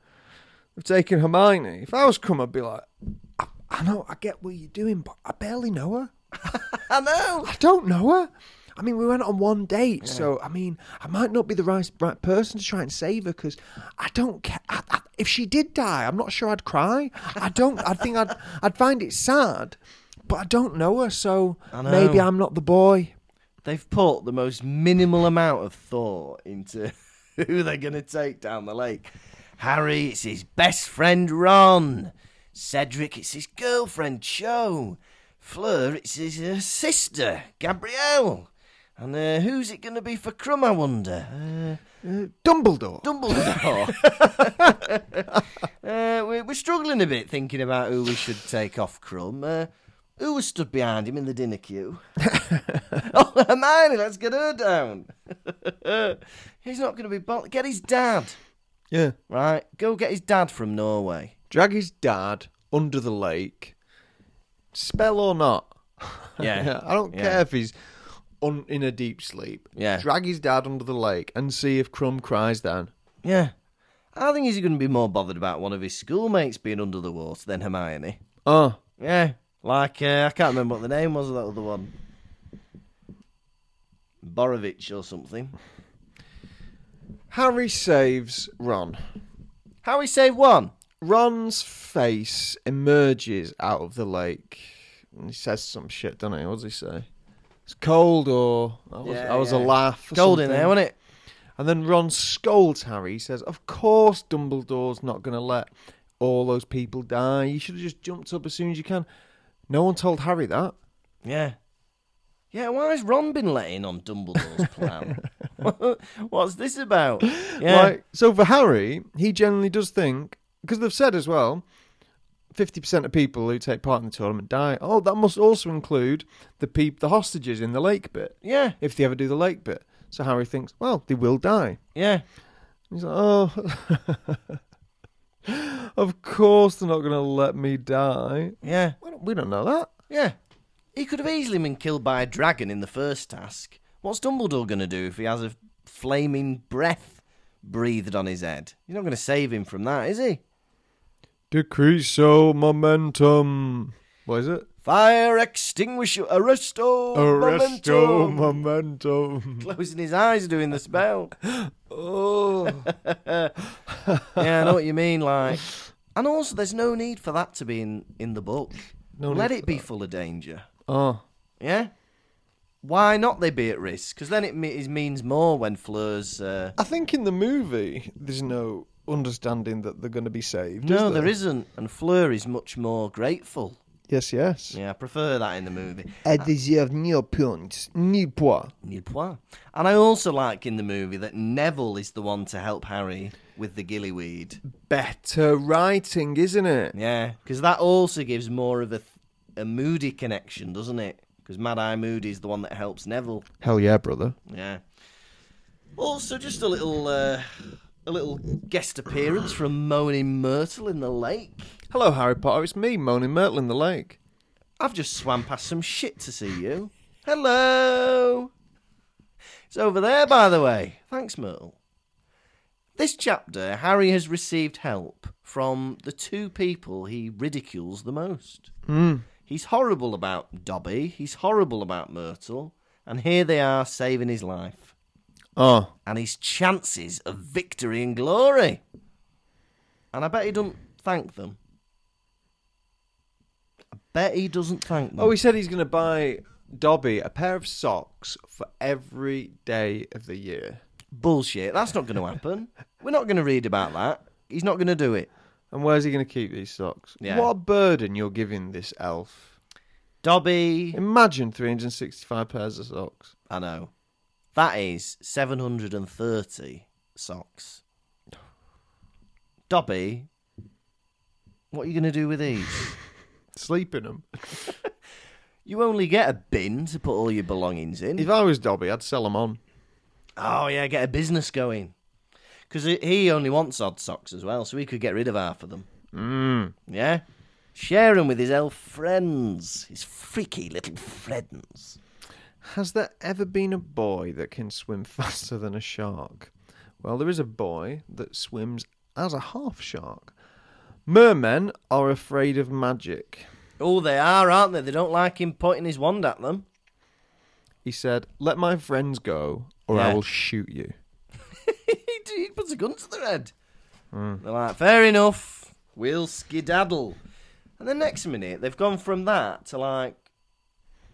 S2: they've taken Hermione. If I was Crumb, I'd be like, I, I know, I get what you're doing, but I barely know her.
S1: I know.
S2: I don't know her. I mean, we went on one date, so I mean, I might not be the right, right person to try and save her because I don't care. I, I, if she did die, I'm not sure I'd cry. I don't. I think I'd I'd find it sad, but I don't know her, so
S1: know.
S2: maybe I'm not the boy.
S1: they've put the most minimal amount of thought into who they're going to take down the lake. Harry, it's his best friend Ron. Cedric, it's his girlfriend Cho. Fleur, it's his uh, sister Gabrielle. And uh, who's it going to be for Crumb, I wonder?
S2: Dumbledore.
S1: Uh, Dumbledore. uh, we're, we're struggling a bit thinking about who we should take off Crumb. Uh, who was stood behind him in the dinner queue? Oh, Hermione, let's get her down. He's not going to be bothered. Get his dad,
S2: yeah,
S1: right? Go get his dad from Norway.
S2: drag his dad under the lake. Spell or not, Yeah, I don't
S1: Yeah.
S2: care if he's on, in a deep sleep.
S1: Yeah.
S2: Drag his dad under the lake and see if Crumb cries then.
S1: Yeah. I think he's going to be more bothered about one of his schoolmates being under the water than Hermione.
S2: Oh,
S1: Yeah. Like, uh, I can't remember what the name was of that other one. Borovich or something.
S2: Harry saves Ron.
S1: How we save one?
S2: Ron's face emerges out of the lake. And he says some shit, doesn't he? What does he say? It's cold, or I was,
S1: Yeah,
S2: I was a
S1: yeah.
S2: laugh. or
S1: Gold in
S2: something.
S1: there, wasn't it?
S2: And then Ron scolds Harry. He says, Of course, Dumbledore's not going to let all those people die. You should have just jumped up as soon as you can. No one told Harry that.
S1: Yeah. Yeah, why has Ron been let in on Dumbledore's plan? What's this about? Yeah.
S2: Like, so for Harry, he generally does think, because they've said as well, 50% of people who take part in the tournament die. Oh, that must also include the peep, the hostages in the lake bit,
S1: yeah,
S2: if they ever do the lake bit. So Harry thinks, well, they will die.
S1: yeah.
S2: He's like, oh, of course they're not going to let me die.
S1: Yeah,
S2: We don't, we don't know that.
S1: yeah. He could have easily been killed by a dragon in the first task. What's Dumbledore going to do if he has a flaming breath breathed on his head? You're not going to save him from that, is he?
S2: Decreso momentum. What is it?
S1: Fire extinguisher, arresto, momentum.
S2: Arresto Oh, momentum.
S1: Closing his eyes, doing the spell.
S2: Oh.
S1: yeah, I know what you mean. Like, and also, there's no need for that to be in in the book.
S2: No
S1: Let
S2: need
S1: it be full of danger.
S2: oh.
S1: Yeah. Why not? They be at risk because then it, me- it means more when Fleur's. Uh,
S2: I think in the movie, there's no understanding that they're going to be saved.
S1: no,
S2: is
S1: there isn't, and Fleur is much more grateful.
S2: Yes, yes.
S1: Yeah, I prefer that in the movie.
S2: I deserve no points, ni points.
S1: Nil point. And I also like in the movie that Neville is the one to help Harry with the gillyweed.
S2: Better writing, isn't it?
S1: Yeah, because that also gives more of a, th- a Moody connection, doesn't it? Because Mad Eye Moody is the one that helps Neville.
S2: Hell yeah, brother.
S1: Yeah. Also, just a little, uh, a little guest appearance from Moaning Myrtle in the lake.
S2: Hello, Harry Potter. It's me, Moaning Myrtle in the lake.
S1: I've just swam past some shit to see you. Hello. It's over there, by the way. Thanks, Myrtle. This chapter, Harry has received help from the two people he ridicules the most. He's horrible about Dobby, he's horrible about Myrtle, and here they are saving his life.
S2: Oh,
S1: and his chances of victory and glory. And I bet he doesn't thank them. I bet he doesn't thank them.
S2: Oh, he said he's going to buy Dobby a pair of socks for every day of the year.
S1: bullshit. That's not going to happen. We're not going to read about that. He's not going to do it.
S2: And where's he going to keep these socks?
S1: Yeah.
S2: What a burden you're giving this elf.
S1: Dobby,
S2: Imagine 365 pairs of socks.
S1: I know. That is 730 socks. Dobby, what are you going to do with these?
S2: Sleep in them.
S1: You only get a bin to put all your belongings in.
S2: If I was Dobby, I'd sell them on.
S1: Oh yeah, get a business going. Because he only wants odd socks as well, so he could get rid of half of them. Mm. Yeah, share them with his elf friends, his freaky little friends.
S2: Has there ever been a boy that can swim faster than a shark? Well, there is a boy that swims as a half shark. Mermen are afraid of magic.
S1: Oh, they are, aren't they? They don't like him pointing his wand at them.
S2: He said, Let my friends go, or
S1: Yeah.
S2: I will shoot you.
S1: he, he puts a gun to their head. They're like, fair enough, we'll skedaddle. And the next minute, they've gone from that to like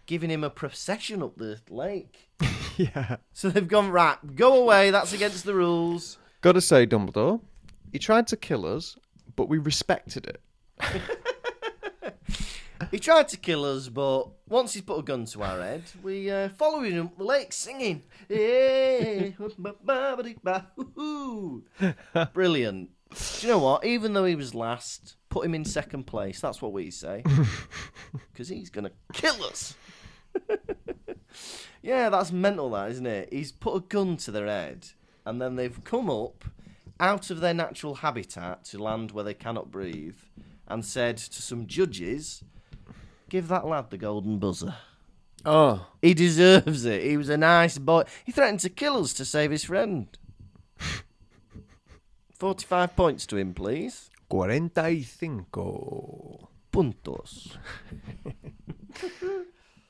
S1: giving him a procession up the lake.
S2: yeah.
S1: So they've gone, right, go away, that's against the rules.
S2: Gotta say, Dumbledore, you tried to kill us, but we respected it.
S1: He tried to kill us, but once he's put a gun to our head, we uh, follow him up the lake singing. Yeah, ba-ba-ba-dee-ba, hoo-hoo. Brilliant. Do you know what? Even though he was last, put him in second place. That's what we say. Because he's going to kill us. yeah, that's mental, that, isn't it? He's put a gun to their head, and then they've come up out of their natural habitat to land where they cannot breathe and said to some judges, Give that lad the golden buzzer.
S2: Oh.
S1: He deserves it. He was a nice boy. He threatened to kill us to save his friend. 45 points to him, please.
S2: Cuarenta
S1: Puntos.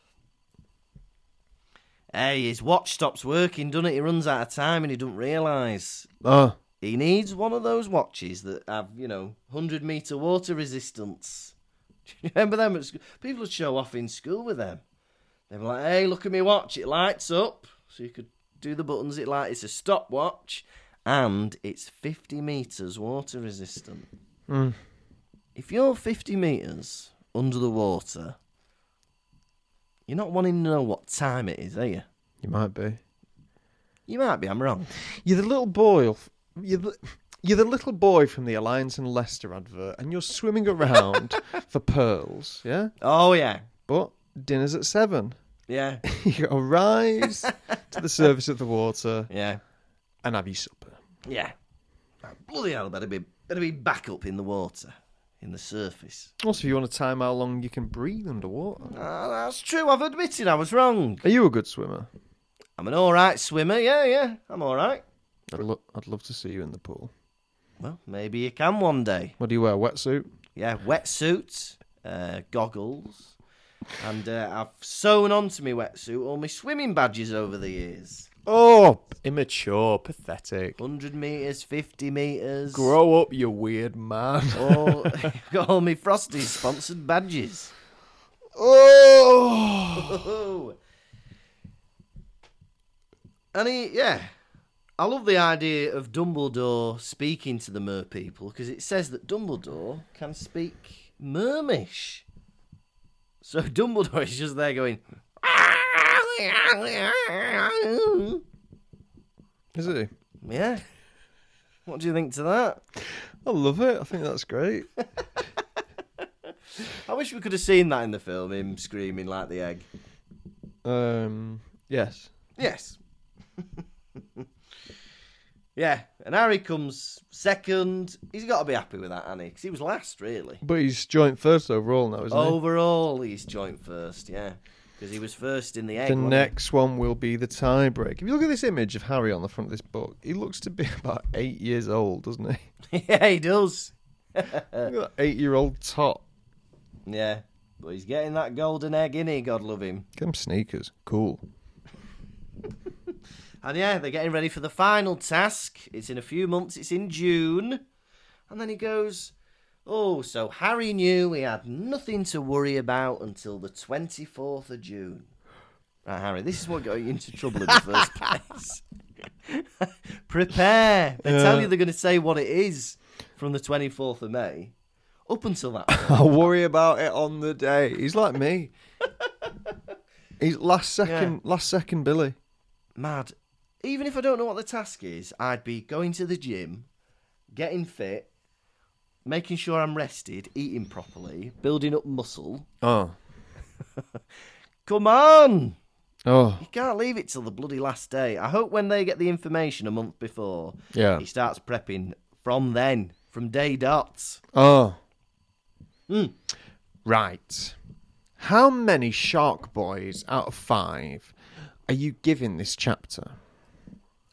S1: hey, his watch stops working, doesn't it? He runs out of time and he doesn't realise.
S2: Oh.
S1: He needs one of those watches that have, you know, 100 meter water resistance. Do you remember them at school? People would show off in school with them. They were like, hey, look at me watch. It lights up. So you could do the buttons. It light. It's a stopwatch. And it's 50 meters water resistant. If you're 50 meters under the water, you're not wanting to know what time it is, are you?
S2: You might be.
S1: You might be. I'm wrong.
S2: You're the little boy. You're the, you're the little boy from the Alliance and Leicester advert, and you're swimming around for pearls. Yeah,
S1: Oh yeah,
S2: but dinner's at seven.
S1: yeah,
S2: He arrives to the surface of the water
S1: yeah,
S2: and have your supper.
S1: yeah. Bloody hell! Better be better be back up in the water, in the surface.
S2: Also, if you want to time how long you can breathe underwater.
S1: Ah, that's true. I've admitted I was wrong.
S2: Are you a good swimmer?
S1: I'm an all right swimmer. Yeah, yeah. I'm all right.
S2: I'd, lo- I'd love to see you in the pool.
S1: Well, maybe you can one day.
S2: What do you wear? Wetsuit?
S1: Yeah, wetsuit, uh, goggles, and uh, I've sewn onto my wetsuit all my swimming badges over the years.
S3: Oh, immature, pathetic.
S1: Hundred meters, fifty meters.
S3: Grow up, you weird man.
S1: All, got all my Frosty sponsored badges.
S3: Oh.
S1: Oh. And he, yeah. I love the idea of Dumbledore speaking to the mer people because it says that Dumbledore can speak mermish. So Dumbledore is just there going.
S2: Is it?
S1: Yeah. What do you think to that?
S2: I love it. I think that's great.
S1: I wish we could have seen that in the film, him screaming like the egg.
S2: Um, yes.
S1: Yes. yeah, and Harry comes second. He's got to be happy with that, Annie, because he was last, really.
S2: But he's joint first overall now, isn't he?
S1: Overall, he's joint first, yeah, because he was first in the egg.
S2: The
S1: wasn't he?
S2: next one will be the tie break. If you look at this image of Harry on the front of this book, he looks to be about eight years old, doesn't he?
S1: yeah, he does.
S2: Look at that eight year old top.
S1: Yeah, but he's getting that golden egg, in he? God love him.
S2: Get him sneakers. Cool.
S1: And yeah, they're getting ready for the final task. It's in a few months, it's in June. And then he goes, Oh, so Harry knew he had nothing to worry about until the 24th of June. Right, Harry, this is what got you into trouble in the first place. Prepare. They tell you they're going to say what it is from the 24th of May up until that. point.
S2: I'll worry about it on the day. He's like me. he's last second, last second Billy.
S1: Mad. Even if I don't know what the task is, I'd be going to the gym, getting fit, making sure I'm rested, eating properly, building up muscle.
S2: Oh.
S1: Come on!
S2: Oh.
S1: You can't leave it till the bloody last day. I hope when they get the information a month before,
S2: Yeah.
S1: he starts prepping from then, from day dots.
S2: Oh.
S3: Hmm.
S1: Mm.
S2: Right. How many Shark Boys out of five are you giving this chapter?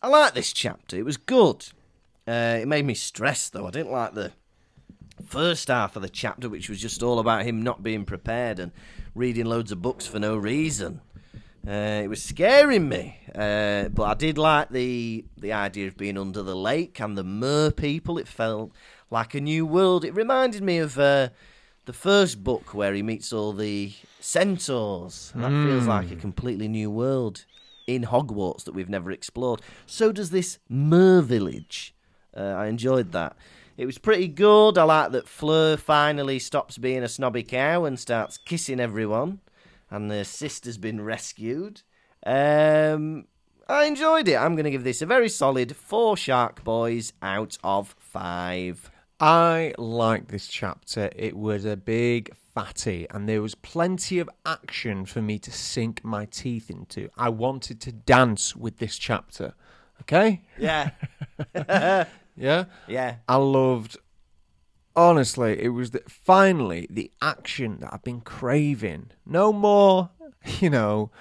S1: I like this chapter. It was good. Uh, it made me stressed, though. I didn't like the first half of the chapter, which was just all about him not being prepared and reading loads of books for no reason. Uh, it was scaring me, uh, but I did like the the idea of being under the lake and the mer people. It felt like a new world. It reminded me of uh, the first book where he meets all the centaurs. And that feels like a completely new world in Hogwarts that we've never explored. So does this mer village. Uh, I enjoyed that. It was pretty good. I like that Fleur finally stops being a snobby cow and starts kissing everyone, and their sister's been rescued. Um, I enjoyed it. I'm going to give this a very solid four Shark Boys out of five.
S3: I like this chapter. It was a big fatty, and there was plenty of action for me to sink my teeth into. I wanted to dance with this chapter. Okay?
S1: Yeah,
S3: Yeah?
S1: yeah,
S3: I loved. Honestly, it was the, finally the action that I've been craving. No more, you know,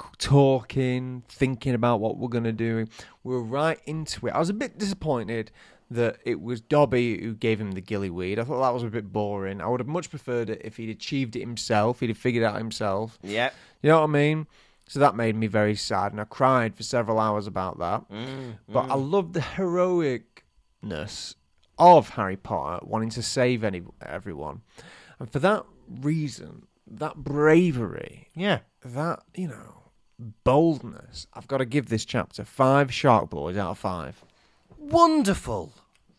S3: c- talking, thinking about what we're gonna do. We were right into it. I was a bit disappointed that it was Dobby who gave him the gillyweed. I thought that was a bit boring. I would have much preferred it if he'd achieved it himself. He'd have figured it out himself.
S1: yeah.
S3: You know what I mean? So that made me very sad, and I cried for several hours about that. but I loved the heroic
S2: ness of Harry Potter wanting to save any everyone, and for that reason, that bravery,
S1: Yeah.
S2: that you know, boldness, I've got to give this chapter five Shark Boys out of five.
S1: Wonderful.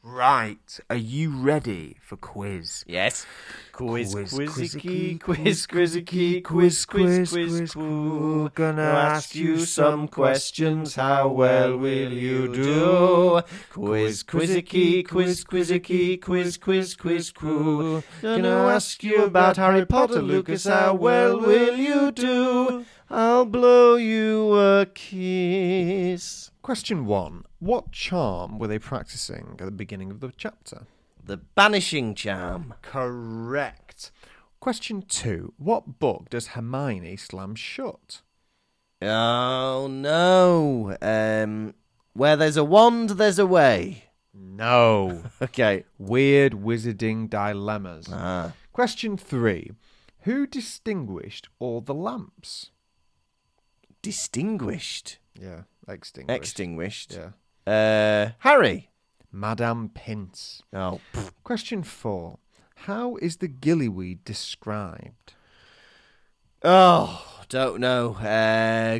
S2: Right, are you ready for quiz?
S1: Yes. Quiz,
S2: Quiz,
S1: quizzicky,
S2: quizzicky,
S1: quiz, quizzicky, quiz, quiz, quiz, quiz.
S2: Gonna
S1: ask you some questions. How well will you do? Quiz, quizzicky, quiz, quizzicky, quiz, quiz, quiz, quoo. Gonna ask you about Harry Potter, Lucas. How well will you do? I'll blow you a kiss.
S2: Question one: What charm were they practicing at the beginning of the chapter?
S1: The banishing charm.
S2: Correct. Question two: What book does Hermione slam shut?
S1: Oh no. Um where there's a wand, there's a way.
S2: No.
S1: Okay.
S2: Weird wizarding dilemmas.
S1: Ah.
S2: Question three: Who distinguished all the lamps?
S1: Distinguished.
S2: Yeah, extinguished.
S1: Extinguished.
S2: Yeah.
S1: Uh Harry.
S2: Madame Pince.
S1: Oh. pff.
S2: Question four: How is the gillyweed described?
S1: Oh, don't know. Uh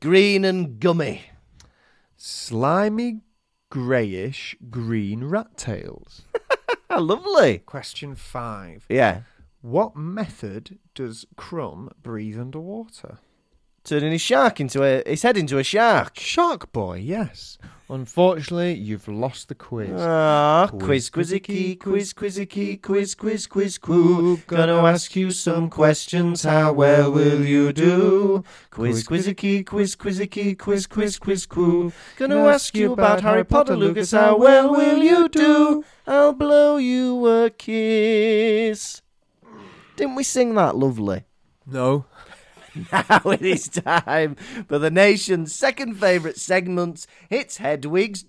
S1: green and gummy.
S2: Slimy, greyish, green rat tails.
S1: Ah, lovely.
S2: Question five:
S1: Yeah.
S2: What method does Crumb breathe underwater?
S1: Turning his shark into a his head into a shark.
S2: Shark Boy, yes. Unfortunately, you've lost the quiz.
S1: Ah, quiz,
S2: Quiz,
S1: quizzicky, quiz, quizzicky, quiz, quiz, quiz, quoo. Gonna ask you some questions. How well will you do? Quiz, quizzicky, quiz, quizzicky, quiz, quiz, quiz, quoo. Gonna ask you about Harry Potter, Lucas. How well will you do? I'll blow you a kiss. Didn't we sing that lovely?
S2: no.
S1: now it is time for the nation's second favourite segment. It's Hedwig's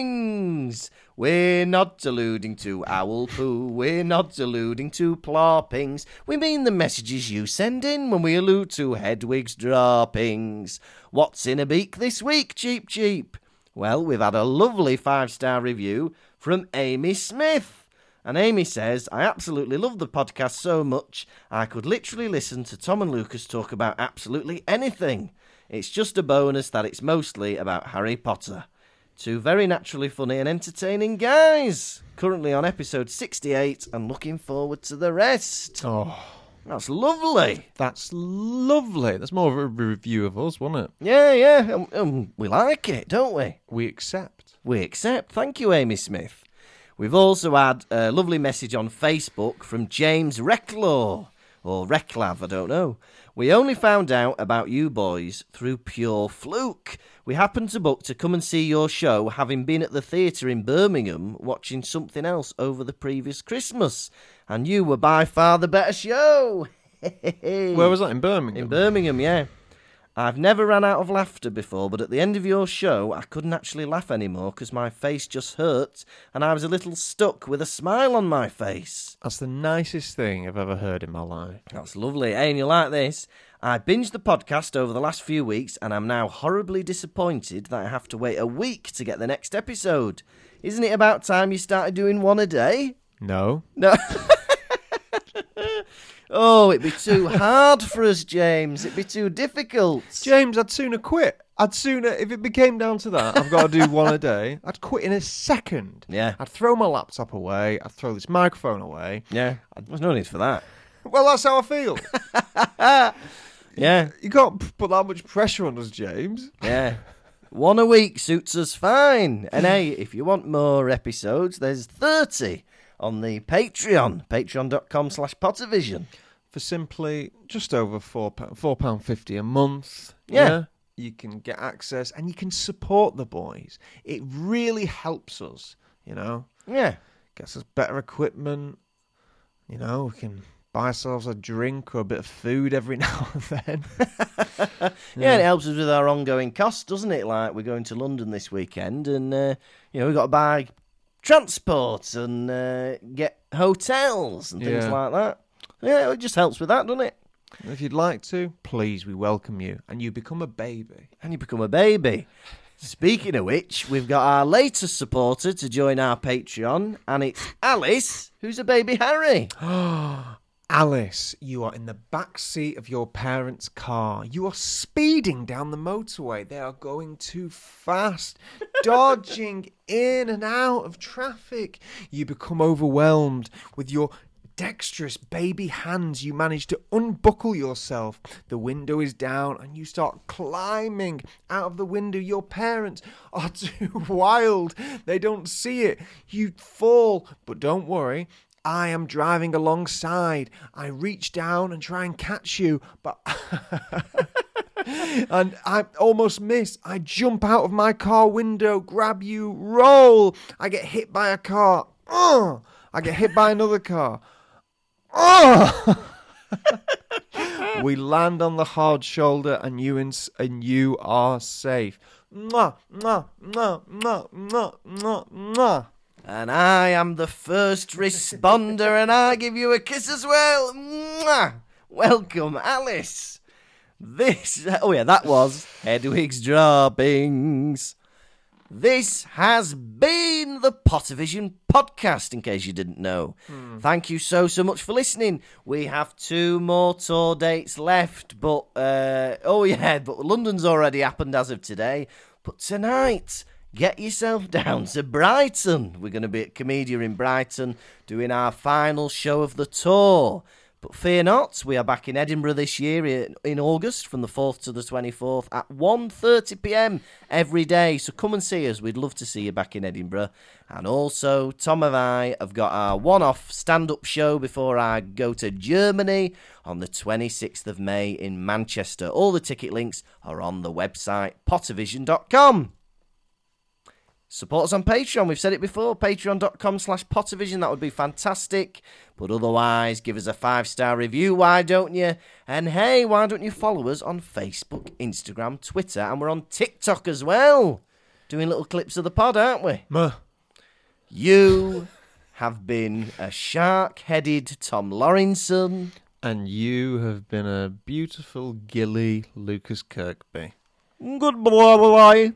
S1: droppings. We're not alluding to owl poo. We're not alluding to ploppings. We mean the messages you send in when we allude to Hedwig's droppings. What's in a beak this week, cheap cheap? Well, we've had a lovely five star review from Amy Smith. And Amy says, I absolutely love the podcast so much, I could literally listen to Tom and Lucas talk about absolutely anything. It's just a bonus that it's mostly about Harry Potter. Two very naturally funny and entertaining guys. Currently on episode 68 and looking forward to the rest.
S2: Oh,
S1: That's lovely.
S2: that's lovely. That's more of a review of us, wasn't it?
S1: Yeah, yeah. Um, um, we like it, don't we?
S2: We accept.
S1: We accept. Thank you, Amy Smith. We've also had a lovely message on Facebook from James Recklaw, or Recklav, I don't know. We only found out about you boys through pure fluke. We happened to book to come and see your show, having been at the theatre in Birmingham watching something else over the previous Christmas, and you were by far the better show.
S2: Where was that? In Birmingham?
S1: In Birmingham, yeah. I've never ran out of laughter before, but at the end of your show, I couldn't actually laugh anymore because my face just hurt and I was a little stuck with a smile on my face.
S2: That's the nicest thing I've ever heard in my life.
S1: That's lovely. Hey, and you like this? I binged the podcast over the last few weeks and I'm now horribly disappointed that I have to wait a week to get the next episode. Isn't it about time you started doing one a day?
S2: No.
S1: No. oh, it'd be too hard for us, James. It'd be too difficult.
S2: James, I'd sooner quit. I'd sooner, if it became down to that, I've got to do one a day. I'd quit in a second.
S1: Yeah.
S2: I'd throw my laptop away. I'd throw this microphone away.
S1: Yeah, there's no need for that.
S2: Well, that's how I feel.
S1: Yeah,
S2: you can't p- put that much pressure on us, James.
S1: yeah. One a week suits us fine. And hey, if you want more episodes, there's 30 on the Patreon, patreon.com slash Pottervision.
S2: For simply just over four pound, four pound fifty a month.
S1: Yeah.
S2: you can get access and you can support the boys. It really helps us. You know,
S1: Yeah,
S2: gets us better equipment. You know, we can buy ourselves a drink or a bit of food every now and then.
S1: yeah, and it helps us with our ongoing costs, doesn't it? Like, we're going to London this weekend and, uh, you know, we've got to buy transport and uh, get hotels and things
S2: Yeah.
S1: like that. Yeah, it just helps with that, doesn't it?
S2: if you'd like to, please, we welcome you, and you become a baby.
S1: and you become a baby. Speaking of which, we've got our latest supporter to join our Patreon, and it's Alice, who's a baby Harry.
S2: Alice, you are in the back seat of your parents' car. You are speeding down the motorway. They are going too fast, dodging in and out of traffic. You become overwhelmed with your dexterous baby hands. You manage to unbuckle yourself. The window is down and you start climbing out of the window. Your parents are too wild. They don't see it. You fall, but don't worry. I am driving alongside. I reach down and try and catch you, but. and I almost miss. I jump out of my car window, grab you, roll. I get hit by a car. Ugh. I get hit by another car. Ugh. we land on the hard shoulder, and you ins- and you are safe. Mwah, mwah, mwah, mwah, mwah, mwah, mwah.
S1: And I am the first responder, and I give you a kiss as well. Mwah! Welcome, Alice. This, oh yeah, that was Hedwig's droppings. This has been the Pottervision podcast, in case you didn't know. Thank you so, so much for listening. We have two more tour dates left, but, uh, oh yeah, but London's already happened as of today. But tonight, get yourself down to Brighton. We're going to be at Comedia in Brighton doing our final show of the tour. But fear not, we are back in Edinburgh this year in, in August from the 4th to the 24th at 1:30 p.m. every day. So come and see us. We'd love to see you back in Edinburgh. And also Tom and I have got our one-off stand-up show before I go to Germany on the 26th of May in Manchester. All the ticket links are on the website pottervision.com. Support us on Patreon. We've said it before. Patreon.com slash Pottervision. That would be fantastic. But otherwise, give us a five star review. Why don't you? And hey, why don't you follow us on Facebook, Instagram, Twitter, and we're on TikTok as well. Doing little clips of the pod, aren't we?
S2: Mwah.
S1: You have been a shark headed Tom Laurinson.
S4: And you have been a beautiful Gilly Lucas Kirkby.
S1: Good boy.